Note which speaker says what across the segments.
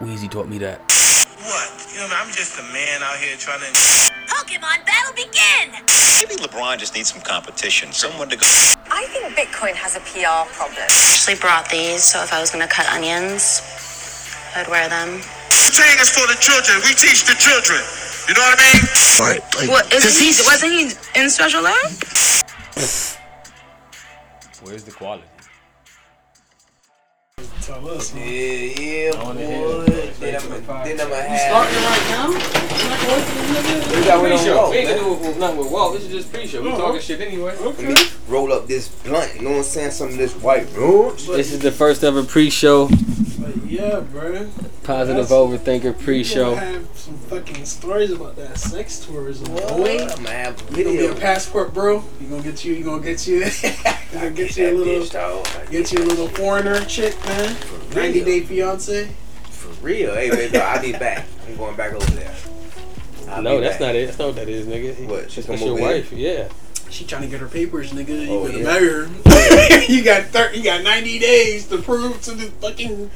Speaker 1: Weezy taught me that.
Speaker 2: What? You know, what I mean? I'm just a man out here trying to.
Speaker 3: Pokemon battle begin!
Speaker 4: Maybe LeBron just needs some competition, someone to go.
Speaker 5: I think Bitcoin has a PR problem.
Speaker 6: actually brought these, so if I was gonna cut onions, I'd wear them.
Speaker 2: Entertain is for the children. We teach the children. You know what I mean?
Speaker 7: Right? Like,
Speaker 8: What is
Speaker 7: this
Speaker 8: he?
Speaker 7: is-
Speaker 8: Wasn't he in special ed?
Speaker 1: Where's the quality?
Speaker 9: Tell us, man.
Speaker 2: Yeah, yeah, boy.
Speaker 9: wanna hear it.
Speaker 2: Then I'm gonna then I'ma have.
Speaker 10: Starting right now?
Speaker 2: We got one on
Speaker 10: Pre-show.
Speaker 2: Walt,
Speaker 10: We ain't
Speaker 2: man.
Speaker 10: gonna do it with nothing with Walt. This is just pre-show. We
Speaker 9: No.
Speaker 10: talking shit anyway.
Speaker 2: Let me roll up this blunt. You know what I'm saying? Some of this white roach.
Speaker 10: This is the first ever pre-show,
Speaker 9: But yeah, bro.
Speaker 10: positive
Speaker 9: That's-
Speaker 10: overthinker
Speaker 9: We
Speaker 10: pre-show.
Speaker 9: gonna have some fucking stories about that sex tourism.
Speaker 2: Boy,
Speaker 9: Boy,
Speaker 2: I'm gonna have a
Speaker 9: you gonna get a
Speaker 2: video.
Speaker 9: passport, bro. You gonna get you. You gonna get you. you gonna get you a
Speaker 2: That
Speaker 9: little.
Speaker 2: bitch, dog.
Speaker 9: Get you a little foreigner chick, man. Ninety day fiance.
Speaker 2: For real. Hey, wait, bro. I'll be back. I'm going back over there. I'll
Speaker 10: No,
Speaker 2: be
Speaker 10: that's
Speaker 2: back.
Speaker 10: not it. That's not what that is, nigga.
Speaker 2: What, she
Speaker 10: That's
Speaker 2: come
Speaker 10: your
Speaker 2: over here?
Speaker 10: wife. Yeah.
Speaker 9: She trying to get her papers, nigga. You
Speaker 2: Oh,
Speaker 9: better
Speaker 2: yeah.
Speaker 9: marry her. you got thir- You got ninety days to prove to the fucking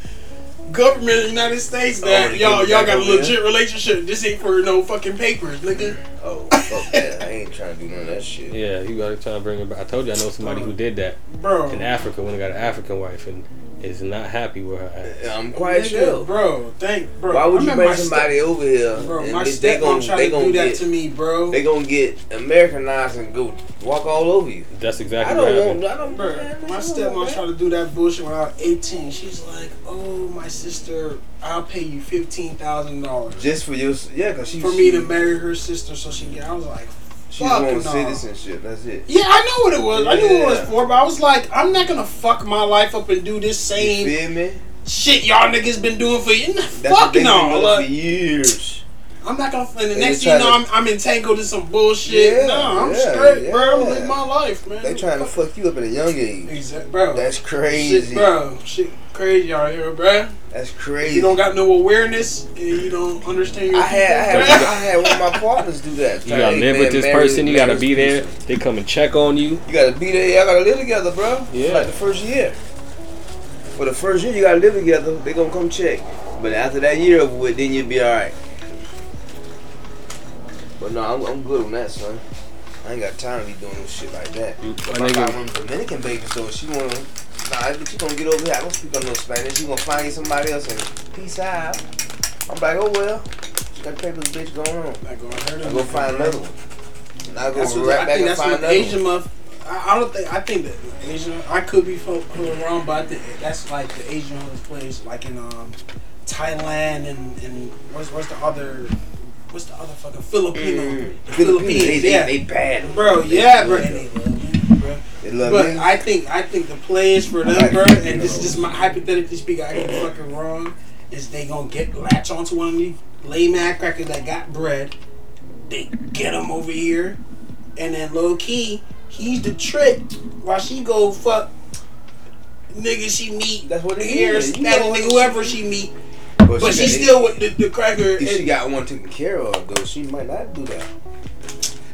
Speaker 9: government of the United States that
Speaker 2: Oh, you
Speaker 9: y'all
Speaker 2: think
Speaker 9: y'all
Speaker 2: that
Speaker 9: got a
Speaker 2: over
Speaker 9: legit relationship. This ain't for no fucking papers, nigga.
Speaker 2: Oh, fuck that. I ain't trying to do none of that shit.
Speaker 10: Yeah. You gotta try to bring her back. I told you I know somebody who did that
Speaker 9: Bro,
Speaker 10: in Africa when I got an African wife and is not happy with her.
Speaker 2: I'm quite
Speaker 9: Nigga,
Speaker 2: sure.
Speaker 9: Bro, thank bro.
Speaker 2: Why would
Speaker 9: I
Speaker 2: you
Speaker 9: remember
Speaker 2: bring
Speaker 9: my step-
Speaker 2: somebody over here
Speaker 9: Bro,
Speaker 2: and
Speaker 9: my
Speaker 2: bitch, they gon'
Speaker 9: stepmom
Speaker 2: they
Speaker 9: tried to
Speaker 2: gonna
Speaker 9: do that
Speaker 2: get
Speaker 9: to me, bro.
Speaker 2: they gonna get Americanized and go walk all over you?
Speaker 10: That's
Speaker 2: I
Speaker 10: exactly what
Speaker 2: don't
Speaker 10: happened.
Speaker 2: want. I don't.
Speaker 9: Bro,
Speaker 2: man,
Speaker 9: my
Speaker 2: I don't
Speaker 9: stepmom
Speaker 2: want
Speaker 9: tried to do that bullshit when I was 18. She's like, "Oh, my sister, I'll pay you fifteen thousand
Speaker 2: that.
Speaker 9: dollars
Speaker 2: Just for your, yeah, cause she
Speaker 9: for me to marry her sister." So she, I was like,
Speaker 2: She
Speaker 9: fuck
Speaker 2: won
Speaker 9: no.
Speaker 2: citizenship. That's it.
Speaker 9: "Yeah, I know what it was. I knew what it was
Speaker 2: Yeah.
Speaker 9: for." But I was like, "I'm not gonna fuck my life up and do this
Speaker 2: You
Speaker 9: same
Speaker 2: feel me?
Speaker 9: shit y'all niggas been doing for you."
Speaker 2: That's what
Speaker 9: Fuck
Speaker 2: they been
Speaker 9: no.
Speaker 2: doing
Speaker 9: Like,
Speaker 2: for years.
Speaker 9: I'm not gonna. And the
Speaker 2: They
Speaker 9: next
Speaker 2: just
Speaker 9: thing you know,
Speaker 2: try
Speaker 9: I'm, I'm entangled in some bullshit.
Speaker 2: Yeah,
Speaker 9: no, I'm
Speaker 2: yeah,
Speaker 9: straight, bro. I'm
Speaker 2: yeah.
Speaker 9: living my life, man.
Speaker 2: They trying to fuck you up at a young age.
Speaker 9: Exact, bro.
Speaker 2: That's
Speaker 9: Shit,
Speaker 2: crazy.
Speaker 9: bro. Shit, crazy out here, bro.
Speaker 2: That's
Speaker 9: If
Speaker 2: crazy.
Speaker 9: you don't got no awareness, and you don't understand. Your
Speaker 2: I had I
Speaker 9: people,
Speaker 2: had, I had one of my partners do that.
Speaker 10: You gotta
Speaker 2: Hey,
Speaker 10: live
Speaker 2: man,
Speaker 10: with this
Speaker 2: marry-
Speaker 10: person. You gotta
Speaker 2: marry
Speaker 10: be
Speaker 2: this
Speaker 10: there.
Speaker 2: person.
Speaker 10: They come and check on you.
Speaker 2: You gotta be there. Y'all gotta live together, bro.
Speaker 10: Yeah.
Speaker 2: Like the first year. For the first year, you gotta live together. They gonna come check. But after that year over with, then you'll be all right. But no, I'm, I'm good on that, son. I ain't got time to be doing no shit like that.
Speaker 10: You-
Speaker 2: But
Speaker 10: my
Speaker 2: I
Speaker 10: nigga-
Speaker 2: got one Dominican baby, so she wanna. Nah, but you gonna get over here. I don't speak on no Spanish. You gonna find you somebody else and peace out. I'm like, oh well. She got papers, bitch, going on.
Speaker 9: I'm not gonna hurt
Speaker 2: I
Speaker 9: them.
Speaker 2: go find another one. And I go
Speaker 9: That's what
Speaker 2: right
Speaker 9: I
Speaker 2: back
Speaker 9: think.
Speaker 2: and
Speaker 9: That's
Speaker 2: find
Speaker 9: what
Speaker 2: another one.
Speaker 9: Asian month. I, I don't think. I think that Asian. I could be fo- fo- wrong, but I think that's like the Asian owners plays like in um Thailand and and what's what's the other what's the other fucking Filipino the
Speaker 2: Philippines, Mm. they,
Speaker 9: yeah.
Speaker 2: they, they bad.
Speaker 9: Bro, yeah, bro. And they love you, bro.
Speaker 2: They love
Speaker 9: But
Speaker 2: me.
Speaker 9: I think I think the players for them,
Speaker 2: like
Speaker 9: bro,
Speaker 2: Filipino.
Speaker 9: and this is just my hypothetically speaking, I could be fucking wrong, is they gonna get latch onto one of these lame ass crackers that got bread. They get them over here, and then low key, he's the trick while she go fuck nigga she meet.
Speaker 2: That's what it
Speaker 9: here,
Speaker 2: is. You
Speaker 9: Spanish
Speaker 2: know what
Speaker 9: nigga,
Speaker 2: it
Speaker 9: whoever she meet,
Speaker 2: but,
Speaker 9: but
Speaker 2: she
Speaker 9: she
Speaker 2: got-
Speaker 9: still with the, the cracker.
Speaker 2: If she
Speaker 9: and-
Speaker 2: got one taken care of, though, she might not do that.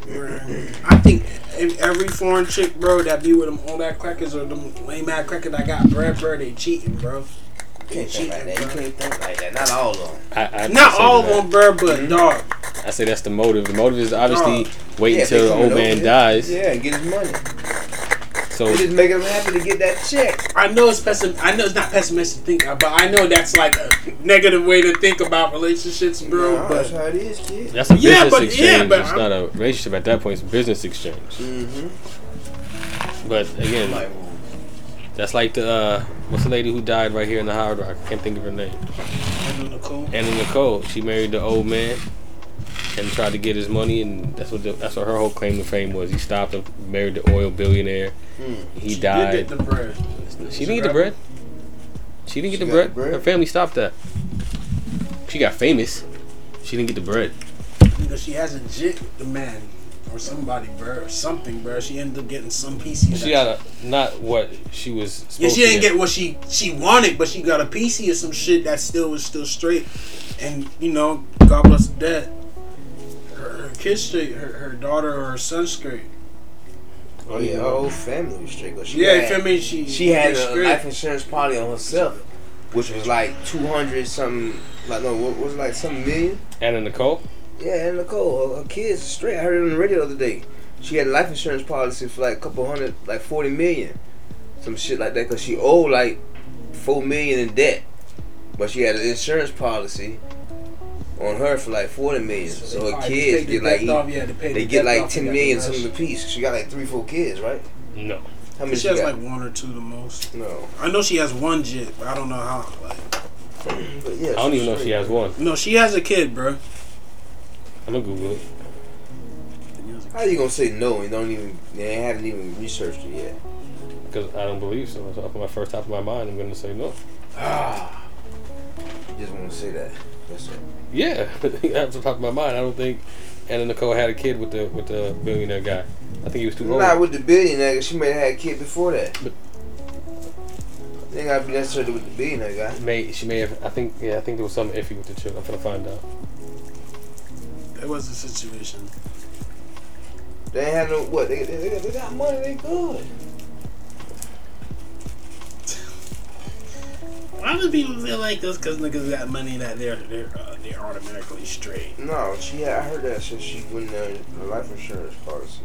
Speaker 9: I think if every foreign chick, bro, that be with them all that crackers or them lame ass crackers that got bread, bro, they cheating, bro.
Speaker 2: You can't
Speaker 9: She-
Speaker 2: think like that. You can't think like that. Not all of them.
Speaker 10: I, I
Speaker 9: Not
Speaker 10: say
Speaker 9: all of
Speaker 10: that.
Speaker 9: them, bro,
Speaker 10: Mm-hmm.
Speaker 9: but dog.
Speaker 10: I say that's the motive. The motive is obviously
Speaker 9: Dog.
Speaker 10: wait
Speaker 2: Yeah,
Speaker 10: until
Speaker 2: they
Speaker 10: the
Speaker 2: coming
Speaker 10: old
Speaker 2: over
Speaker 10: man
Speaker 2: here.
Speaker 10: dies.
Speaker 2: Yeah, and get his money.
Speaker 10: So
Speaker 2: They just making him happy to get that check.
Speaker 9: I know it's pessim- I know it's not pessimistic to think, of, but I know that's like a negative way to think about relationships, bro.
Speaker 2: Nah, that's
Speaker 9: but
Speaker 2: how it is, kid.
Speaker 10: that's a
Speaker 9: Yeah,
Speaker 10: business
Speaker 9: but- yeah,
Speaker 10: exchange.
Speaker 9: but
Speaker 10: it's
Speaker 9: I'm-
Speaker 10: not a relationship at that point. It's a business exchange.
Speaker 2: Mm-hmm.
Speaker 9: Mm-hmm.
Speaker 10: But again, that's like the uh, what's the lady who died right here in the Howard Rock? I can't think of her name. Anna Nicole. She married the old man and tried to get his money, and that's what the, that's what her whole claim to fame was. He stopped and married the oil billionaire. He
Speaker 9: Hmm. did
Speaker 10: died.
Speaker 9: get the bread.
Speaker 10: She didn't get the bread. She didn't get the
Speaker 2: She got the
Speaker 10: bread.
Speaker 2: bread.
Speaker 10: Her family stopped that. She got famous. She didn't get the bread.
Speaker 9: Because she hasn't jit the man or somebody, bro, or something, bro. She ended up getting some piece of
Speaker 10: She
Speaker 9: that.
Speaker 10: got a, not what she was. Supposed
Speaker 9: Yeah, she
Speaker 10: to
Speaker 9: didn't get what she she wanted, but she got a PC or some shit that still was still straight. And you know, God bless the dead. Her, her kid's straight. Her, her daughter or her son's straight.
Speaker 2: Oh, yeah, her whole family was straight. but She
Speaker 9: Yeah, you
Speaker 2: had,
Speaker 9: feel me? She
Speaker 2: She had a
Speaker 9: straight.
Speaker 2: life insurance policy on herself. which was like two hundred something. Like no, what was it, like some million?
Speaker 10: Anna Nicole.
Speaker 2: Yeah, and Nicole, her, her kids straight. I heard it on the radio the other day. She had a life insurance policy for like a couple hundred, like forty million, some shit like that, cause she owed like four million in debt, but she had an insurance policy on her for like forty million. So, her
Speaker 9: Alright,
Speaker 2: kids
Speaker 9: take the
Speaker 2: get like
Speaker 9: debt off, yeah, to pay the
Speaker 2: they get
Speaker 9: debt
Speaker 2: like
Speaker 9: off,
Speaker 2: ten
Speaker 9: you got
Speaker 2: million
Speaker 9: the
Speaker 2: something
Speaker 9: rest.
Speaker 2: apiece. She got like three, four kids, right?
Speaker 10: No.
Speaker 2: How many
Speaker 9: She
Speaker 2: she,
Speaker 9: has
Speaker 2: got?
Speaker 9: like one or two the most.
Speaker 2: no,
Speaker 9: I know she has one jit, but I don't know how. Like,
Speaker 2: but yeah,
Speaker 10: I don't even know if she has one.
Speaker 9: no, she has a kid, bro.
Speaker 10: I'm gonna Google it.
Speaker 2: How you gonna say no and don't even? They haven't even researched it yet.
Speaker 10: Because I don't believe so. So off my first top of my mind, I'm gonna say no.
Speaker 2: Ah, just want to say that. That's it.
Speaker 10: Yeah, off the top of my mind, I don't think Anna Nicole had a kid with the with the billionaire guy. I think he was too old.
Speaker 2: Not with the billionaire. 'cause She may have had a kid before that. They gotta be necessarily with the billionaire guy.
Speaker 10: May she may have? I think yeah. I think there was something iffy with the chick. I'm gonna find out.
Speaker 9: That was the situation.
Speaker 2: They ain't had no what? They, they, they, they got money. They good.
Speaker 9: Why do people feel like this? Because niggas got money that they're they're uh, they're automatically straight.
Speaker 2: No, she. Had, I heard that since she went there the life insurance policy.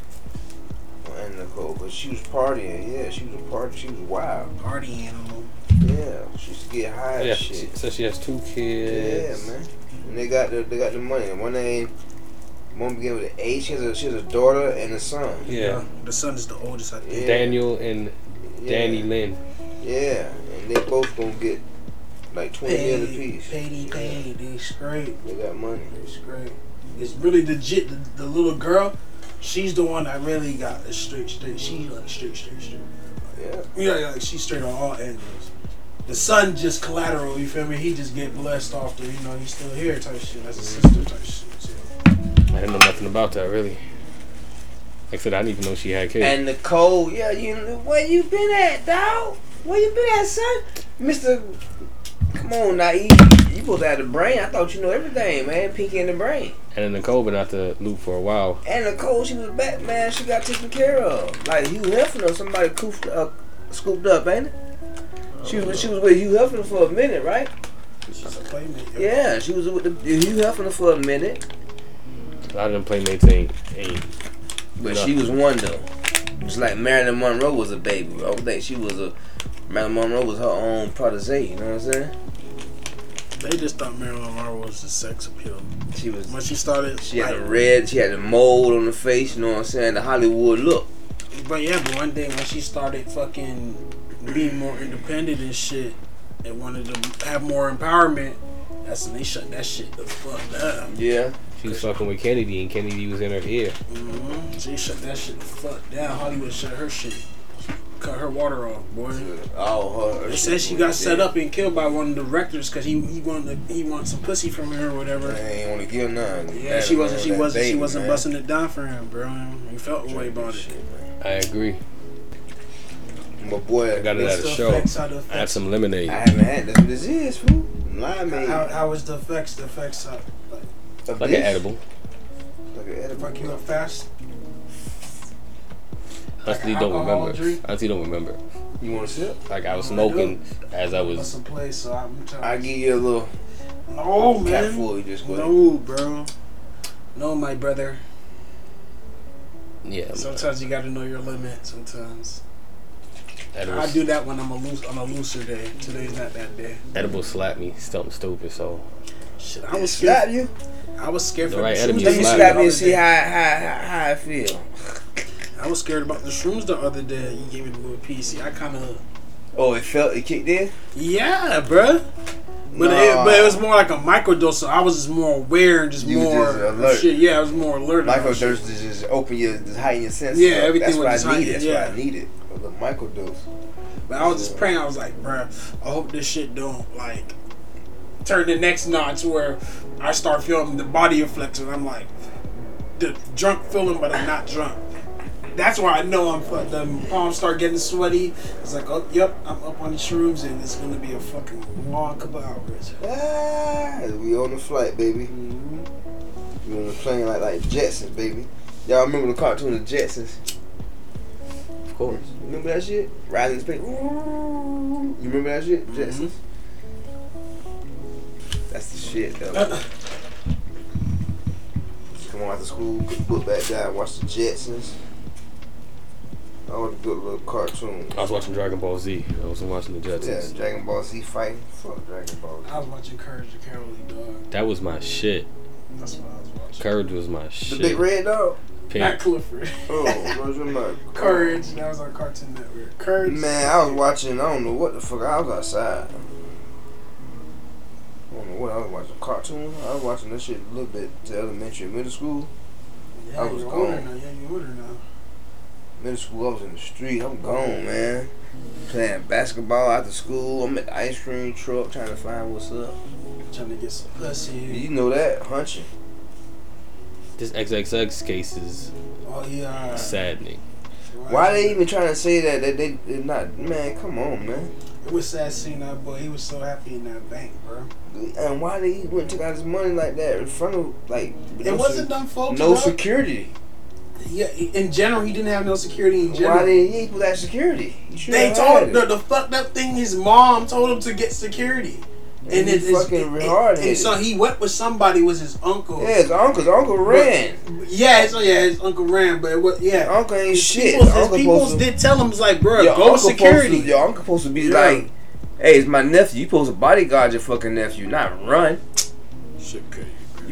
Speaker 2: And Nicole, but she was partying. Yeah, she was a party. She was wild.
Speaker 9: Party animal.
Speaker 2: Yeah, she used to get high.
Speaker 10: Yeah,
Speaker 2: and
Speaker 10: she,
Speaker 2: shit.
Speaker 10: so she has two
Speaker 2: Yeah,
Speaker 10: kids.
Speaker 2: man. And they got the they got the money. One name, one begin with an A. She has a she has a daughter and a son.
Speaker 10: Yeah.
Speaker 9: The son is the oldest, I think.
Speaker 2: Yeah.
Speaker 10: Daniel and
Speaker 2: Yeah.
Speaker 10: Danny Lynn.
Speaker 2: Yeah, and they both gonna get like twenty million apiece.
Speaker 9: Paid, paid, they straight,
Speaker 2: They got money.
Speaker 9: they straight. It's really legit. The, the little girl, she's the one that really got the straight, straight. She like straight, straight, straight.
Speaker 2: Yeah,
Speaker 9: Yeah, yeah, like she's straight on all angles. The son just collateral. You feel me? He just get blessed off the, you know, he's still here type shit. That's his sister type shit. So.
Speaker 10: I didn't know nothing about that really. Like I said, I didn't even know she had kids.
Speaker 2: and Nicole. Yeah, you where you been at, dog? Where you been at, son? Mister, come on, now you you both had the brain. I thought you know everything, man. Pinky in the brain.
Speaker 10: and Nicole been out the loop for a while.
Speaker 2: And Nicole, she was Batman. She got taken care of. Like Hugh Hefner, somebody coofed up, scooped up, ain't it? She was she was with Hugh Hefner for a minute, right?
Speaker 9: She's a playmate. yo.
Speaker 2: Yeah, she was with the, Hugh Hefner for a minute,
Speaker 10: A lot of them playmates ain't ain't
Speaker 2: but
Speaker 10: Yeah.
Speaker 2: she was one though. It's like Marilyn Monroe was a baby. I would think she was a Marilyn Monroe was her own protege. You know what I'm saying?
Speaker 9: They just thought Marilyn Monroe was the sex appeal.
Speaker 2: She was.
Speaker 9: When she started,
Speaker 2: She had a
Speaker 9: like-
Speaker 2: red. She had a mold on the face. You know what I'm saying? The Hollywood look.
Speaker 9: But yeah, but one day when she started fucking being more independent and shit, and wanted to have more empowerment, that's when they shut that shit the fuck down.
Speaker 2: Yeah.
Speaker 10: She was fucking with Kennedy, and Kennedy was in her ear.
Speaker 9: hmm She shut that shit the fuck down. Hollywood shut her shit, cut her water off, boy.
Speaker 2: Oh, her.
Speaker 9: They said she got set up and killed by one of the directors because he he wanted to, he wanted some pussy from her or
Speaker 2: I
Speaker 9: whatever.
Speaker 2: ain't want to give none.
Speaker 9: Yeah, she wasn't she
Speaker 2: That
Speaker 9: wasn't she
Speaker 2: baby,
Speaker 9: wasn't
Speaker 2: man.
Speaker 9: busting it down for him, bro. He felt a way about it.
Speaker 2: Shit, man.
Speaker 10: I agree.
Speaker 2: My boy,
Speaker 10: I got it at a
Speaker 9: It's the
Speaker 10: show.
Speaker 9: effects, how the
Speaker 10: I had
Speaker 9: effects-
Speaker 10: some lemonade.
Speaker 2: I haven't had that's what this is, fool. Lime made.
Speaker 9: How, how was the effects? The effects uh, like
Speaker 2: of
Speaker 10: Like an
Speaker 2: this.
Speaker 10: edible.
Speaker 2: Like an edible.
Speaker 9: fuck you up fast.
Speaker 10: Honestly,
Speaker 9: Like
Speaker 10: don't
Speaker 9: alcohol
Speaker 10: remember.
Speaker 9: drink?
Speaker 10: Honestly, don't remember.
Speaker 2: You want to sip?
Speaker 10: Like I was smoking as I
Speaker 9: That's
Speaker 10: was.
Speaker 9: a place, so I'm trying.
Speaker 2: I give you a little
Speaker 9: no
Speaker 2: cap
Speaker 9: man,
Speaker 2: full. You just go.
Speaker 9: no bro, no my brother.
Speaker 10: Yeah,
Speaker 9: Sometimes you gotta know your limit. Sometimes I do
Speaker 10: edibles.
Speaker 9: that when I'm a loose on a looser day. Today's not that day.
Speaker 10: Edibles slapped me. Something stupid. So
Speaker 9: Shit, I
Speaker 2: I
Speaker 9: was
Speaker 2: was slap
Speaker 9: scared.
Speaker 2: you.
Speaker 9: I was scared
Speaker 10: The
Speaker 9: for
Speaker 10: right
Speaker 9: the
Speaker 10: enemy
Speaker 9: shrooms.
Speaker 10: is
Speaker 2: Let me
Speaker 10: slap
Speaker 9: the
Speaker 10: you.
Speaker 2: slap you
Speaker 9: other
Speaker 2: and see
Speaker 9: day.
Speaker 2: how how how, how I feel.
Speaker 9: I was scared about the shrooms the other day. You gave me the little PC. I kind of
Speaker 2: Oh, it felt it kicked in.
Speaker 9: yeah, bro. But, it, but it was more like a microdose, so I was just more aware and just
Speaker 2: You was
Speaker 9: more
Speaker 2: just alert.
Speaker 9: shit. Yeah, I was more alert. about
Speaker 2: Microdose
Speaker 9: Oh, shit.
Speaker 2: is just open your, just heighten your senses.
Speaker 9: Yeah,
Speaker 2: up.
Speaker 9: everything
Speaker 2: That's
Speaker 9: was
Speaker 2: what
Speaker 9: just
Speaker 2: I
Speaker 9: heightened,
Speaker 2: needed. That's
Speaker 9: yeah.
Speaker 2: what I needed. A little microdose.
Speaker 9: But I was just praying. I was like, bruh, I hope this shit don't like turn the next notch where I start feeling the body reflex, and I'm like, the drunk feeling, but I'm not drunk. That's why I know I'm fucked. The palms start getting sweaty. It's like, oh, yep, I'm up on the shrooms, and it's gonna be a fucking long couple hours.
Speaker 2: Ah, we on the flight, baby.
Speaker 10: Mm-hmm.
Speaker 2: We on the plane like like Jetsons, baby. Y'all remember the cartoon The Jetsons?
Speaker 10: of course. Mm-hmm.
Speaker 2: Remember that shit? Riding in space. You remember that shit? Jetsons. That's the shit, though. Come on after school, put back down, watch the Jetsons. All the good little cartoons.
Speaker 10: I was watching Dragon Ball Z. I wasn't watching the
Speaker 2: Yeah,
Speaker 10: Jetsons.
Speaker 2: Dragon Ball Z fighting. Fuck Dragon Ball Z.
Speaker 9: I was watching Courage the Cowardly Dog.
Speaker 10: That was my shit.
Speaker 9: That's what I was watching.
Speaker 10: Courage was my
Speaker 2: The
Speaker 10: shit.
Speaker 2: big red dog.
Speaker 9: Not
Speaker 10: Pink.
Speaker 9: Clifford.
Speaker 2: Oh, what's your name?
Speaker 9: Courage. That was on Cartoon Network. Courage.
Speaker 2: Man, I was watching. I don't know what the fuck. I was outside. I don't know what I was watching. Cartoons. I was watching this shit a little bit to elementary, middle school.
Speaker 9: Yeah,
Speaker 2: I was
Speaker 9: you're older
Speaker 2: gone.
Speaker 9: now. Yeah, you older now.
Speaker 2: Middle school, I was in the street. I'm gone, man. Playing basketball after school. I'm at the ice cream truck trying to find what's up.
Speaker 9: Trying to get some pussy.
Speaker 2: You know that, hunching.
Speaker 10: This XXX case is
Speaker 9: Oh yeah.
Speaker 10: saddening.
Speaker 2: Why they even trying to say that that they they not? Man, come on, man.
Speaker 9: It was sad seeing that boy. He was so happy in that bank, bro.
Speaker 2: And why they even took out his money like that in front of like?
Speaker 9: It wasn't done, folks.
Speaker 2: no
Speaker 9: bro.
Speaker 2: security.
Speaker 9: Yeah, in general, he didn't have no security in general.
Speaker 2: Why did he put that security? He should've
Speaker 9: They
Speaker 2: had it.
Speaker 9: told him the, the fucked up thing. His mom told him to get security,
Speaker 2: And he
Speaker 9: it's-
Speaker 2: fucking
Speaker 9: and-
Speaker 2: retarded.
Speaker 9: And so he went with somebody. Was his uncle?
Speaker 2: Yeah, his uncle, his uncle ran.
Speaker 9: yeah. So yeah, his uncle ran, but it was yeah.
Speaker 2: Uncle ain't
Speaker 9: his
Speaker 2: shit.
Speaker 9: peoples, his
Speaker 2: uncle
Speaker 9: peoples
Speaker 2: supposed to-
Speaker 9: did tell him, "It's like, bro,
Speaker 2: your
Speaker 9: go
Speaker 2: uncle
Speaker 9: security."
Speaker 2: supposed to- your uncle supposed to be
Speaker 9: Yeah.
Speaker 2: like, hey, it's my nephew. You supposed to bodyguard your fucking nephew, not run. You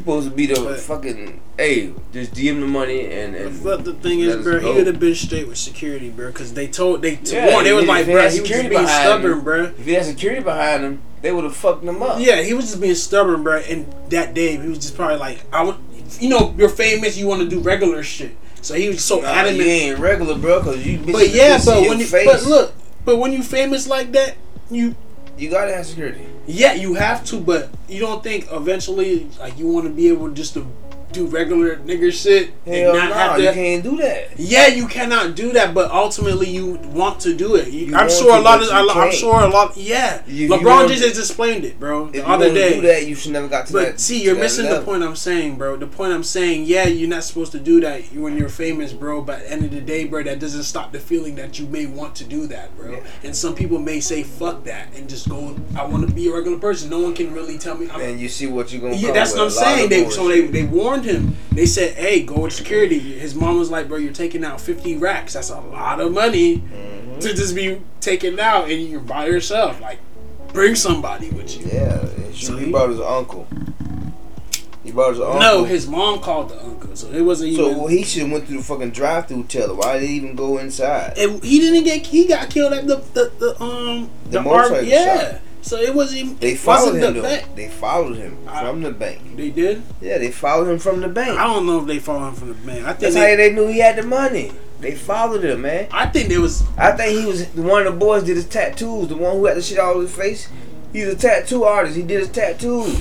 Speaker 2: supposed to be the
Speaker 9: But-
Speaker 2: fucking hey, just DM the money and
Speaker 9: The
Speaker 2: and
Speaker 9: fuck the thing
Speaker 2: let
Speaker 9: is,
Speaker 2: us
Speaker 9: bro,
Speaker 2: go.
Speaker 9: he would have been straight with security, bro, because they told they t-
Speaker 2: Yeah,
Speaker 9: warned. They
Speaker 2: he
Speaker 9: was
Speaker 2: didn't
Speaker 9: like,
Speaker 2: even
Speaker 9: bro,
Speaker 2: have
Speaker 9: he was just
Speaker 2: security
Speaker 9: being
Speaker 2: behind him.
Speaker 9: stubborn, bro.
Speaker 2: If he had security behind him, they would have fucked him up.
Speaker 9: Yeah, he was just being stubborn, bro. And that day, he was just probably like, I would, you know, you're famous, you want to do regular shit. So he was so
Speaker 2: Nah,
Speaker 9: adamant.
Speaker 2: you ain't regular, bro, because you.
Speaker 9: But yeah, but when you,
Speaker 2: you face,
Speaker 9: but look, but when you famous like that, you
Speaker 2: you gotta have security.
Speaker 9: yeah, you have to, but you don't think eventually like you want to be able just to do regular nigger shit
Speaker 2: Hell
Speaker 9: and
Speaker 2: no,
Speaker 9: not have
Speaker 2: you
Speaker 9: to.
Speaker 2: can't do that.
Speaker 9: yeah, you cannot do that, but ultimately you want to do it.
Speaker 2: You
Speaker 9: You- I'm
Speaker 2: want
Speaker 9: sure
Speaker 2: to,
Speaker 9: a lot
Speaker 2: but
Speaker 9: of
Speaker 2: you
Speaker 9: I, I'm
Speaker 2: can't.
Speaker 9: sure a lot. Yeah,
Speaker 2: You- you
Speaker 9: LeBron
Speaker 2: want-
Speaker 9: just has explained it, bro.
Speaker 2: If
Speaker 9: The
Speaker 2: you
Speaker 9: other
Speaker 2: wanna
Speaker 9: day,
Speaker 2: do that, you should never got to
Speaker 9: But
Speaker 2: that.
Speaker 9: see, you're
Speaker 2: to that
Speaker 9: missing the
Speaker 2: level.
Speaker 9: point I'm saying, bro. The point I'm saying, yeah, you're not supposed to do that when you're famous, bro. But at the end of the day, bro, that doesn't stop the feeling that you may want to do that, bro.
Speaker 2: Yeah.
Speaker 9: And some people may say, fuck that, and just go, I want to be a regular person. No one can really tell me. I'm,
Speaker 2: And you see what you're gonna.
Speaker 9: yeah,
Speaker 2: come
Speaker 9: that's
Speaker 2: with,
Speaker 9: what I'm
Speaker 2: a lot
Speaker 9: saying.
Speaker 2: of
Speaker 9: They so they,
Speaker 2: bullshit.
Speaker 9: they warned him. They said, "Hey, go with security." His mom was like, "Bro, you're taking out 50 racks. That's a lot of money
Speaker 2: Mm-hmm.
Speaker 9: to just be taken out, and you're by yourself. Like, bring somebody with you."
Speaker 2: Yeah, and she,
Speaker 9: So
Speaker 2: he
Speaker 9: he-
Speaker 2: brought his uncle. He brought his uncle.
Speaker 9: No, his mom called the uncle, so it wasn't even.
Speaker 2: So well, he should have went through the fucking drive-through teller. Why did he even go inside?
Speaker 9: and he didn't get. He got killed at the the, the um
Speaker 2: The
Speaker 9: the,
Speaker 2: motorcycle
Speaker 9: arm, yeah.
Speaker 2: shop.
Speaker 9: So it wasn't. even-
Speaker 2: They
Speaker 9: it
Speaker 2: followed
Speaker 9: wasn't
Speaker 2: him
Speaker 9: the
Speaker 2: though.
Speaker 9: fact.
Speaker 2: They followed him
Speaker 9: I-
Speaker 2: from the bank.
Speaker 9: They did.
Speaker 2: Yeah, they followed him from the bank.
Speaker 9: I don't know if they followed him from the bank. I think.
Speaker 2: That's how
Speaker 9: They,
Speaker 2: they knew he had the money. They followed him, man.
Speaker 9: I think there was.
Speaker 2: I think he was the one of the boys did his tattoos. The one who had the shit all over his face. He's a tattoo artist. He did his tattoos.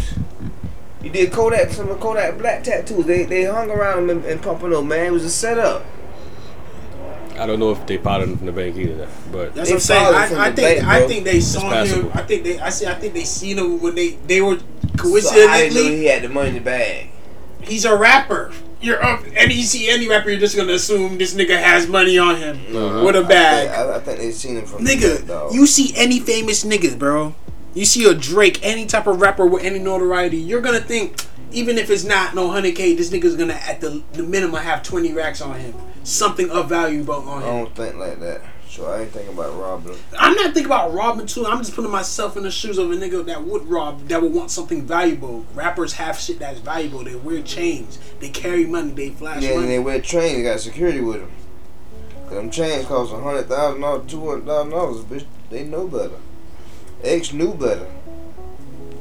Speaker 2: He did Kodak some of Kodak Black tattoos. They they hung around him in, in Pompano, man. It was a setup.
Speaker 10: I don't know if they potted him from the bank either, but
Speaker 9: That's
Speaker 2: They
Speaker 9: what I'm saying.
Speaker 2: followed him from
Speaker 9: I, I
Speaker 2: the
Speaker 9: think.
Speaker 2: bank,
Speaker 9: I
Speaker 2: bro.
Speaker 9: think they saw him.
Speaker 10: passable.
Speaker 9: I think they. I see. I think they seen him when they they were
Speaker 2: So I didn't know
Speaker 9: coincidentally.
Speaker 2: he had the money in the bag.
Speaker 9: he's a rapper. You're up, and you see any rapper, you're just gonna assume this nigga has money on him with a bag.
Speaker 2: Yeah, I, I think they seen him from the
Speaker 9: Nigga,
Speaker 2: dog.
Speaker 9: you see any famous niggas, bro. You see a Drake, any type of rapper with any notoriety, you're gonna think, even if it's not no hundred K, this nigga's gonna at the, the minimum have twenty racks on him. Something of value bu- on
Speaker 2: I
Speaker 9: him.
Speaker 2: don't think like that. So I ain't thinking about robbing him.
Speaker 9: I'm not thinking about robbing too. I'm just putting myself in the shoes of a nigga that would rob, that would want something valuable. Rappers have shit that's valuable. They wear chains. They carry money. They flash
Speaker 2: Yeah, and
Speaker 9: money.
Speaker 2: they wear train. They got security with them. Them chains cost a hundred thousand dollars, two hundred thousand dollars. Bitch, they know better. X knew better.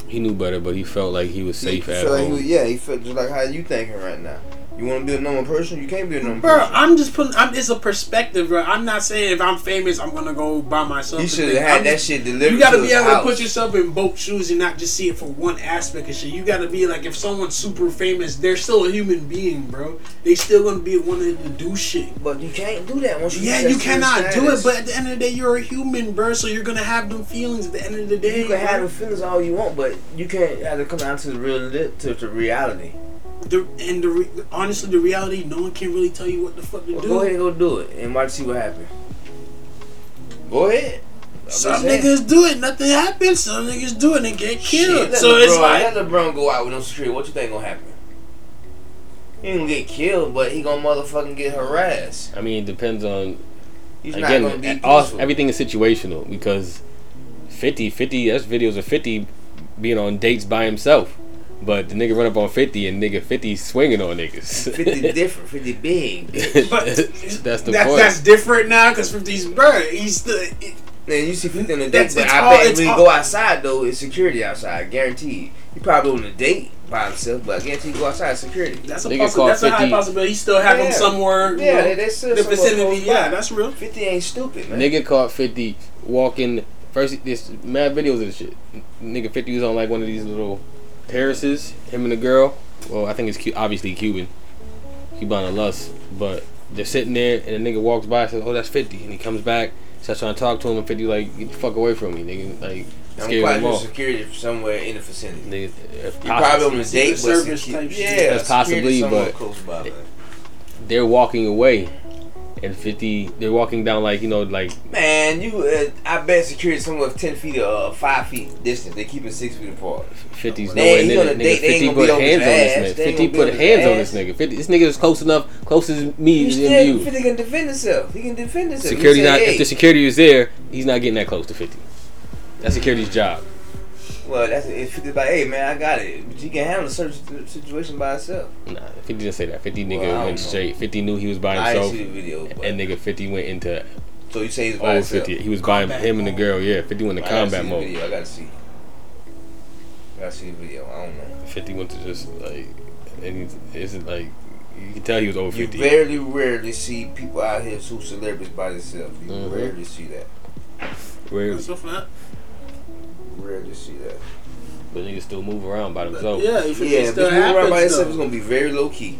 Speaker 10: he knew better. But he felt like he was safe
Speaker 2: he
Speaker 10: at
Speaker 2: felt like he
Speaker 10: home.
Speaker 2: was- yeah, he felt just like how you thinking right now. You want to be a normal person? You can't be a normal
Speaker 9: Bro,
Speaker 2: person.
Speaker 9: I'm just putting. I'm, it's a perspective, bro. I'm not saying if I'm famous, I'm gonna go by myself.
Speaker 2: He
Speaker 9: to
Speaker 2: should have
Speaker 9: things.
Speaker 2: had
Speaker 9: I'm
Speaker 2: that
Speaker 9: just-
Speaker 2: shit delivered.
Speaker 9: You gotta
Speaker 2: to
Speaker 9: be
Speaker 2: his
Speaker 9: able
Speaker 2: house.
Speaker 9: to put yourself in both shoes and not just see it for one aspect of shit. You gotta be like, if someone's super famous, they're still a human being, bro. They still gonna be wanting to do shit.
Speaker 2: But you can't do that once you.
Speaker 9: Yeah,
Speaker 2: get
Speaker 9: you
Speaker 2: that certain
Speaker 9: cannot do it,
Speaker 2: status.
Speaker 9: but at the end of the day, you're a human, bro. So you're gonna have them feelings at the end of the day.
Speaker 2: you can have
Speaker 9: bro.
Speaker 2: the feelings all you want, but you can't have to come down to the real li- to, to reality.
Speaker 9: The, and the re- honestly, the reality, no one can really tell you what the fuck to
Speaker 2: Well,
Speaker 9: do.
Speaker 2: go ahead and go do it and watch see what happens. Go ahead. just
Speaker 9: Some
Speaker 2: saying.
Speaker 9: niggas do it, nothing happens. Some niggas do it and get killed.
Speaker 2: Shit, let
Speaker 9: so
Speaker 2: LeBron,
Speaker 9: it's like,
Speaker 2: let LeBron go out with no street. What you think gonna happen? He ain't gonna get killed, but he gonna motherfucking get harassed.
Speaker 10: I mean, it depends on
Speaker 2: He's not gonna
Speaker 10: again.
Speaker 2: be
Speaker 10: All,
Speaker 2: peaceful.
Speaker 10: everything is situational because 50, 50, that's videos of 50 being on dates by himself. But the nigga run up on 50 and nigga 50 swinging on niggas.
Speaker 2: Fifty different, fifty big.
Speaker 9: but
Speaker 10: that's the
Speaker 9: that-
Speaker 10: point.
Speaker 9: That's different now because 50's bird. He's the
Speaker 2: Man, you see fifty on a date,
Speaker 9: That's-
Speaker 2: but
Speaker 9: it's
Speaker 2: I
Speaker 9: all-
Speaker 2: bet
Speaker 9: it's
Speaker 2: when he
Speaker 9: all-
Speaker 2: go outside though, it's security outside, guaranteed. He probably on a date by himself, but I guarantee he go outside security.
Speaker 9: that's a
Speaker 10: Niggas
Speaker 9: possi-
Speaker 10: call
Speaker 9: that's a high
Speaker 10: 50
Speaker 9: possibility. He still have
Speaker 2: Yeah.
Speaker 9: him somewhere. you
Speaker 2: Yeah,
Speaker 9: know,
Speaker 2: they- they still
Speaker 9: the
Speaker 2: somewhere
Speaker 9: vicinity.
Speaker 2: close by.
Speaker 9: Yeah, that's real.
Speaker 2: Fifty ain't stupid, man.
Speaker 10: Nigga caught 50 walking. First, there's mad videos of this shit. N- Nigga 50 was on like one of these little terraces. Him and the girl. Well, I think it's cu- obviously Cuban. Cuban and Lust. But they're sitting there and the nigga walks by and says, Oh, that's 50. And he comes back, starts trying to talk to him. And 50 like, Get the fuck away from me, nigga. Like,
Speaker 2: I'm
Speaker 10: scared him
Speaker 2: probably
Speaker 10: off. uh,
Speaker 2: security somewhere in the vicinity.
Speaker 10: Nigga, if
Speaker 2: You probably
Speaker 10: possible,
Speaker 2: on a date, but
Speaker 9: service
Speaker 2: secu-
Speaker 9: type shit.
Speaker 2: yeah,
Speaker 10: That's possibly,
Speaker 2: security somewhere
Speaker 10: but-
Speaker 2: close by, man.
Speaker 10: they're walking away. And 50, they're walking down like, you know, like,
Speaker 2: Man, you, uh, I bet security somewhere ten feet or uh, five feet distance. They keep it six feet apart.
Speaker 10: 50's
Speaker 2: They
Speaker 10: nowhere
Speaker 2: ain't
Speaker 10: near
Speaker 2: gonna
Speaker 10: it,
Speaker 2: date-
Speaker 10: nigga.
Speaker 2: they ain't
Speaker 10: 50
Speaker 2: gonna
Speaker 10: put
Speaker 2: be on his
Speaker 10: hands on
Speaker 2: ass.
Speaker 10: this nigga.
Speaker 2: They ain't
Speaker 10: 50
Speaker 2: gonna be
Speaker 10: put
Speaker 2: on his
Speaker 10: hands on this
Speaker 2: ass.
Speaker 10: nigga. 50, this nigga is close enough, close as me
Speaker 2: He
Speaker 10: as
Speaker 2: still,
Speaker 10: you.
Speaker 2: fifty can defend himself. He can defend himself. You
Speaker 10: Security
Speaker 2: say,
Speaker 10: not
Speaker 2: hey.
Speaker 10: if the security is there, he's not getting that close to 50. That's security's job.
Speaker 2: Well, that's if fifty by hey man, I got it. But you can handle a certain situation by itself.
Speaker 10: Nah, 50 didn't say that. 50 nigga
Speaker 2: Well, I don't
Speaker 10: went
Speaker 2: know.
Speaker 10: straight. 50 knew he was by
Speaker 2: I
Speaker 10: himself.
Speaker 2: didn't see the video, but
Speaker 10: And nigga 50 went into
Speaker 2: so you say he's by
Speaker 10: old
Speaker 2: himself.
Speaker 10: 50. He was by
Speaker 9: Combat
Speaker 10: him and the
Speaker 9: mode.
Speaker 10: girl. Yeah, 50 went to
Speaker 2: I gotta
Speaker 10: combat
Speaker 2: see the
Speaker 10: mode.
Speaker 2: Video. I gotta see. I gotta see the video. I don't know.
Speaker 10: 50 went to just like, and he isn't like, you can tell he was over
Speaker 2: You
Speaker 10: 50.
Speaker 2: very rarely see people out here who celebrities by themselves. You
Speaker 10: Mhm.
Speaker 2: rarely see that.
Speaker 10: Where,
Speaker 9: That's what's up.
Speaker 2: Rarely see that.
Speaker 10: but niggas still move around by themselves.
Speaker 9: yeah, if
Speaker 2: Yeah,
Speaker 9: it
Speaker 2: if
Speaker 9: still
Speaker 2: it's moving around by
Speaker 9: happens.
Speaker 2: itself, it's
Speaker 9: though.
Speaker 2: gonna be very low key.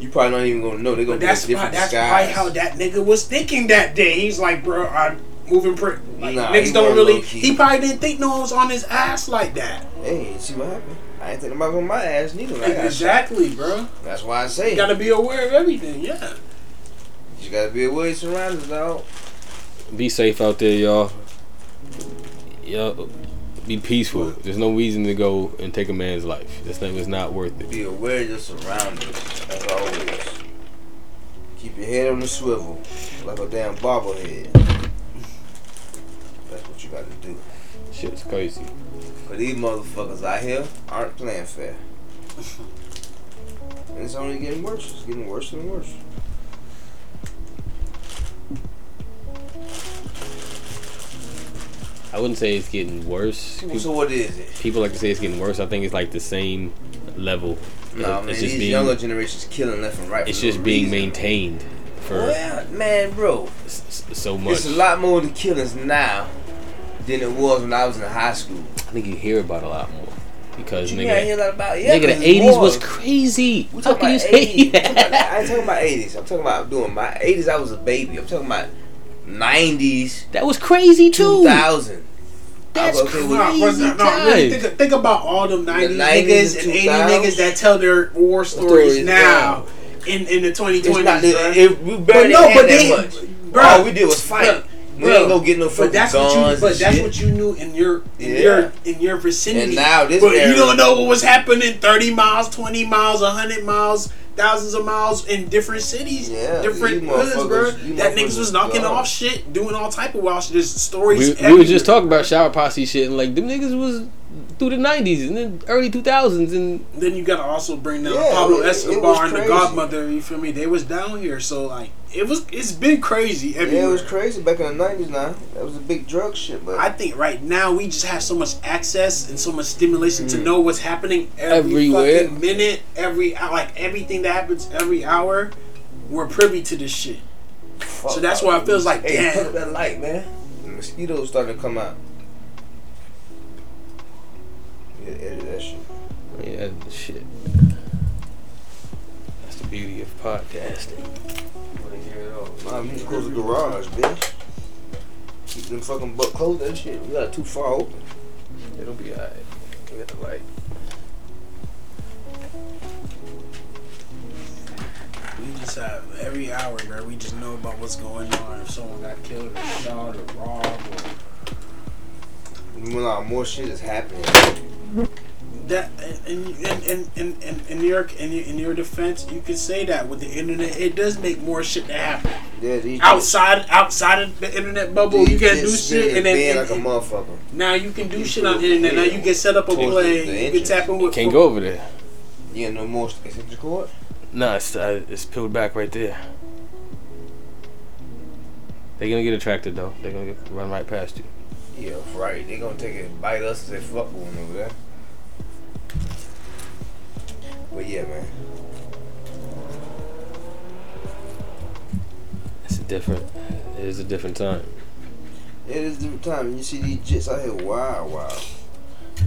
Speaker 2: You probably not even gonna know. They're gonna
Speaker 9: But
Speaker 2: be in
Speaker 9: that's
Speaker 2: different
Speaker 9: probably, that's probably
Speaker 2: disguise.
Speaker 9: how that nigga was thinking that day. He's like, bro, I'm moving pretty. Like,
Speaker 2: Nah, he
Speaker 9: niggas don't
Speaker 2: wasn't
Speaker 9: really.
Speaker 2: low-key.
Speaker 9: He probably didn't think no one was on his ass like that.
Speaker 2: hey, see what happened? I ain't thinking about on my ass neither. when I got shot.
Speaker 9: Exactly, bro.
Speaker 2: That's why I
Speaker 9: You
Speaker 2: say
Speaker 9: gotta be aware of everything. Yeah.
Speaker 2: you gotta be aware of your surroundings, dog.
Speaker 10: Be safe out there, y'all. Y'all be peaceful. There's no reason to go and take a man's life. This thing is not worth it.
Speaker 2: Be aware of your surroundings, as always. Keep your head on the swivel, like a damn bobblehead. That's what you gotta do.
Speaker 10: Shit's crazy.
Speaker 2: But these motherfuckers out here aren't playing fair. And it's only getting worse. It's getting worse and worse.
Speaker 10: I wouldn't say it's getting worse. Pe-
Speaker 2: So what is it?
Speaker 10: People like to say it's getting worse. I think it's like the same level.
Speaker 2: No,
Speaker 10: It-
Speaker 2: man,
Speaker 10: it's
Speaker 2: these
Speaker 10: just being
Speaker 2: younger generations killing left and right. for
Speaker 10: it's
Speaker 2: no
Speaker 10: just being
Speaker 2: reason.
Speaker 10: maintained for
Speaker 2: Well, man, bro,
Speaker 10: s- s- so much.
Speaker 2: it's a lot more to killings now than it was when I was in high school.
Speaker 10: I think you hear about a lot more because
Speaker 2: You gotta
Speaker 10: nigga,
Speaker 2: hear a lot about yeah,
Speaker 10: nigga,
Speaker 2: 'cause
Speaker 10: the '80s was
Speaker 2: wars.
Speaker 10: crazy.
Speaker 2: We
Speaker 10: How
Speaker 2: talking
Speaker 10: can you
Speaker 2: about
Speaker 10: say
Speaker 2: eighties.
Speaker 10: that?
Speaker 2: I ain't talking about eighties. I'm talking about doing my eighties. I was a baby. I'm talking about nineties,
Speaker 10: That was crazy
Speaker 2: two
Speaker 10: too.
Speaker 2: thousand.
Speaker 10: That's
Speaker 9: Nah,
Speaker 10: Crazy
Speaker 9: but no, no, really
Speaker 10: times.
Speaker 9: think, think about all them
Speaker 2: 90s
Speaker 9: 90s, niggas
Speaker 2: and
Speaker 9: and 80
Speaker 2: 2000s.
Speaker 9: niggas that tell their war stories,
Speaker 2: Stories,
Speaker 9: now in, in the 2020s.
Speaker 2: It's not.
Speaker 9: bro.
Speaker 2: It, it, we
Speaker 9: but
Speaker 2: barely
Speaker 9: no,
Speaker 2: had
Speaker 9: but
Speaker 2: that
Speaker 9: they,
Speaker 2: much.
Speaker 9: bro,
Speaker 2: All we did was fight.
Speaker 9: Bro,
Speaker 2: we
Speaker 9: bro,
Speaker 2: ain't gonna get no fucking
Speaker 9: but that's
Speaker 2: guns.
Speaker 9: what you, but
Speaker 2: and
Speaker 9: that's
Speaker 2: shit.
Speaker 9: what you knew in your in
Speaker 2: Yeah.
Speaker 9: your in your vicinity.
Speaker 2: And now this
Speaker 9: but
Speaker 2: era-
Speaker 9: you don't know what was happening 30 miles, 20 miles, 100 miles, thousands of miles in different cities,
Speaker 2: Yeah,
Speaker 9: different
Speaker 2: you
Speaker 9: hoods, bro.
Speaker 2: motherfuckers- you
Speaker 9: That
Speaker 2: motherfuckers
Speaker 9: niggas was knocking
Speaker 2: gone.
Speaker 9: off shit, doing all type of wild shit, just stories.
Speaker 10: we, we
Speaker 9: everywhere.
Speaker 10: were just talking about shower posse shit and like them niggas was through the nineties and then early two thousands and
Speaker 9: Then you gotta also bring down
Speaker 2: Yeah, it-
Speaker 9: Pablo
Speaker 2: it was
Speaker 9: Escobar and the
Speaker 2: crazy.
Speaker 9: Godmother. You feel me? They was down here, so like it was. It's been crazy everywhere.
Speaker 2: Yeah, it was crazy back in the nineties. Now that was a big drug shit, but
Speaker 9: I think right now we just have so much access and so much stimulation to know what's happening every
Speaker 10: Everywhere.
Speaker 9: fucking minute, every hour, like everything that happens every hour. We're privy to this shit.
Speaker 2: fuck,
Speaker 9: so that's why it feels like,
Speaker 2: hey,
Speaker 9: damn.
Speaker 2: put up that light, man. The mosquitoes starting to come out. Yeah, edit that shit.
Speaker 10: yeah shit. That's the beauty of podcasting.
Speaker 2: Nah, you can close the garage, bitch. Keep them fucking butt closed. That shit, we got it too far open.
Speaker 10: It'll be alright. Get the light.
Speaker 9: We just have every hour, bro. We just know about what's going on. If someone got killed or shot or robbed or
Speaker 2: nah, more shit is happening.
Speaker 9: That and and and and, and, and in your in your in your defense, you can say that with the internet, it does make more shit to happen
Speaker 2: Yeah, these
Speaker 9: outside outside of the internet bubble.
Speaker 2: these
Speaker 9: You can
Speaker 2: kids
Speaker 9: do
Speaker 2: sitting
Speaker 9: shit
Speaker 2: in
Speaker 9: and then
Speaker 2: bed like a motherfucker.
Speaker 9: now you can do
Speaker 2: You
Speaker 9: shit
Speaker 2: can
Speaker 9: on the internet. Now you can set up a
Speaker 2: Change the
Speaker 9: play. You can
Speaker 2: entrance.
Speaker 9: tap in with
Speaker 10: Can't go over there.
Speaker 2: Yeah, no more extension cord.
Speaker 10: Nah, it's, uh, it's peeled back right there. They're gonna get attracted though. They're gonna get, run right past you.
Speaker 2: Yeah, right. They gonna take it, bite us, and say fuck one over there. But yeah, man.
Speaker 10: It's a different. It is a different time.
Speaker 2: It is different time. You see these jits out here, wow, wow.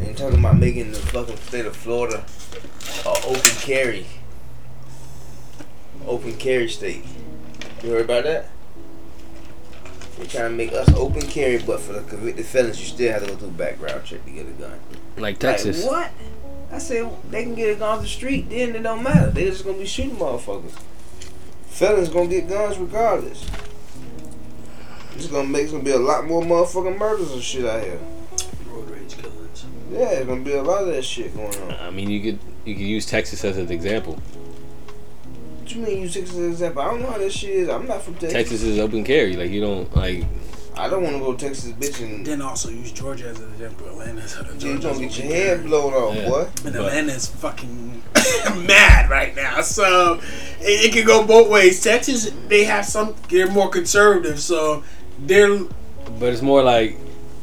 Speaker 2: And talking about making the fucking state of Florida a open carry, open carry state. You heard about that? They're trying to make us open carry, but for the convicted felons, you still have to go through background check to get a gun.
Speaker 10: Like Texas.
Speaker 2: Like, what? I said they can get a gun off the street. Then it don't matter. They just gonna be shooting motherfuckers. Felons gonna get guns regardless. It's gonna make it's gonna be a lot more motherfucking murders and shit out here.
Speaker 9: road rage killers.
Speaker 2: Yeah, it's gonna be a lot of that shit going on.
Speaker 10: I mean, you could you could use Texas as an example.
Speaker 2: What you mean you six as an example? I don't know how that shit is. I'm not from Texas.
Speaker 10: Texas is open carry. Like you don't like.
Speaker 2: I don't want to go to Texas, bitch, and
Speaker 9: Then also use Georgia as an example. Atlanta is
Speaker 2: you gonna get your head blown off,
Speaker 10: Yeah.
Speaker 2: boy.
Speaker 9: And
Speaker 10: But-
Speaker 9: Atlanta is fucking mad right now. So it, it can go both ways. Texas, they have some, they're more conservative. So they're.
Speaker 10: But it's more like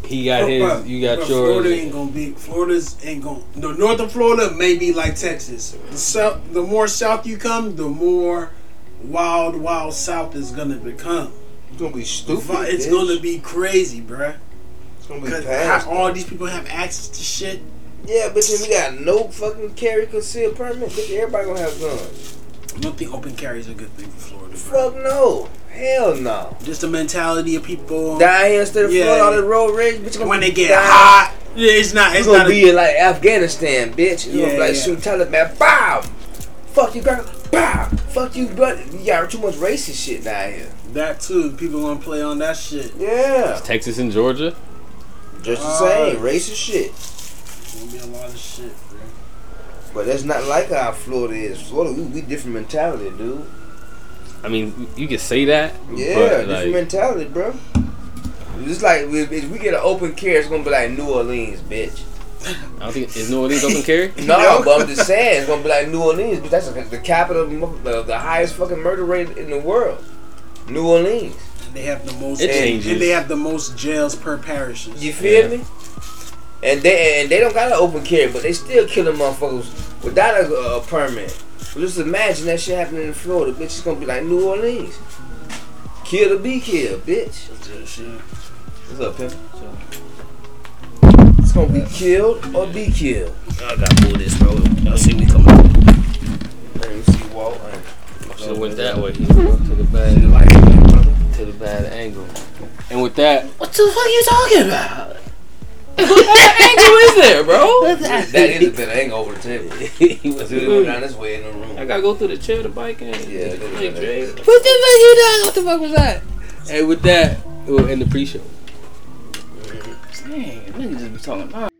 Speaker 10: he got
Speaker 9: but-
Speaker 10: his, you got
Speaker 9: but Florida
Speaker 10: yours.
Speaker 9: ain't gonna be. Florida's ain't gonna. No, northern Florida may be like Texas. The south, the more south you come, the more wild, wild south is gonna become.
Speaker 2: It's gonna be stupid.
Speaker 9: It's
Speaker 2: bitch.
Speaker 9: gonna be crazy, bruh.
Speaker 2: It's gonna be
Speaker 9: Because
Speaker 2: past.
Speaker 9: all these people have access to shit.
Speaker 2: Yeah, bitch, and we got no fucking carry concealed permit. Bitch, everybody gonna have guns.
Speaker 9: I don't think open carry is a good thing for Florida. bruh.
Speaker 2: Fuck no. Hell no.
Speaker 9: Just the mentality of people.
Speaker 2: Down here instead of
Speaker 9: Yeah.
Speaker 2: Florida, all the road rage, bitch. gonna
Speaker 9: when they
Speaker 2: be
Speaker 9: get
Speaker 2: down.
Speaker 9: hot, yeah, it's not.
Speaker 2: It's
Speaker 9: It's
Speaker 2: gonna
Speaker 9: not.
Speaker 2: be
Speaker 9: A,
Speaker 2: like Afghanistan, bitch. You yeah,
Speaker 9: Yeah,
Speaker 2: gonna be like
Speaker 9: yeah.
Speaker 2: shoot Taliban, bow. Fuck you, girl, bow. Fuck you, brother. You got too much racist shit down here.
Speaker 9: that too. People gonna play on that shit.
Speaker 2: Yeah,
Speaker 10: Texas and Georgia.
Speaker 2: just the
Speaker 9: Uh,
Speaker 2: same racist shit.
Speaker 9: It's gonna be a lot of shit, bro.
Speaker 2: But that's not like how Florida is. Florida, we, we different mentality, dude.
Speaker 10: I mean, you could say that.
Speaker 2: Yeah,
Speaker 10: but,
Speaker 2: different
Speaker 10: like,
Speaker 2: mentality, bro. It's like if if we get an open carry, it's gonna be like New Orleans, bitch.
Speaker 10: I don't think is New Orleans open carry.
Speaker 2: No,
Speaker 9: know?
Speaker 2: but I'm just saying it's gonna be like New Orleans, but that's the capital, of mo- the, the highest fucking murder rate in the world. New Orleans,
Speaker 9: And they have the most.
Speaker 10: It
Speaker 9: and-
Speaker 10: changes.
Speaker 9: And they have the most jails per parishes.
Speaker 2: you feel
Speaker 10: Yeah.
Speaker 2: me? And they and they don't got an open carry, but they still killing motherfuckers without a, a permit. But just imagine that shit happening in Florida, bitch. It's gonna be like New Orleans. Kill to be killed, bitch.
Speaker 9: Just, yeah.
Speaker 2: What's up, pimp? It's gonna be killed or be killed.
Speaker 10: I got pull this, bro. Y'all see me coming.
Speaker 2: Let me see, Walt. I ain't-
Speaker 10: So it went that way. To the bad, to the bad angle. And with that, what the fuck you talking about? what angle is there, bro?
Speaker 2: That is a bit of angle over the table.
Speaker 10: he
Speaker 2: Let's
Speaker 10: was
Speaker 2: do it down this way in the room.
Speaker 10: I gotta go through the chair to bike in.
Speaker 2: Yeah,
Speaker 10: Like,
Speaker 2: go through the
Speaker 10: Dre, What the fuck you doing? What the fuck was that? And with that, we'll end the pre-show.
Speaker 7: Dang, niggas just be talking.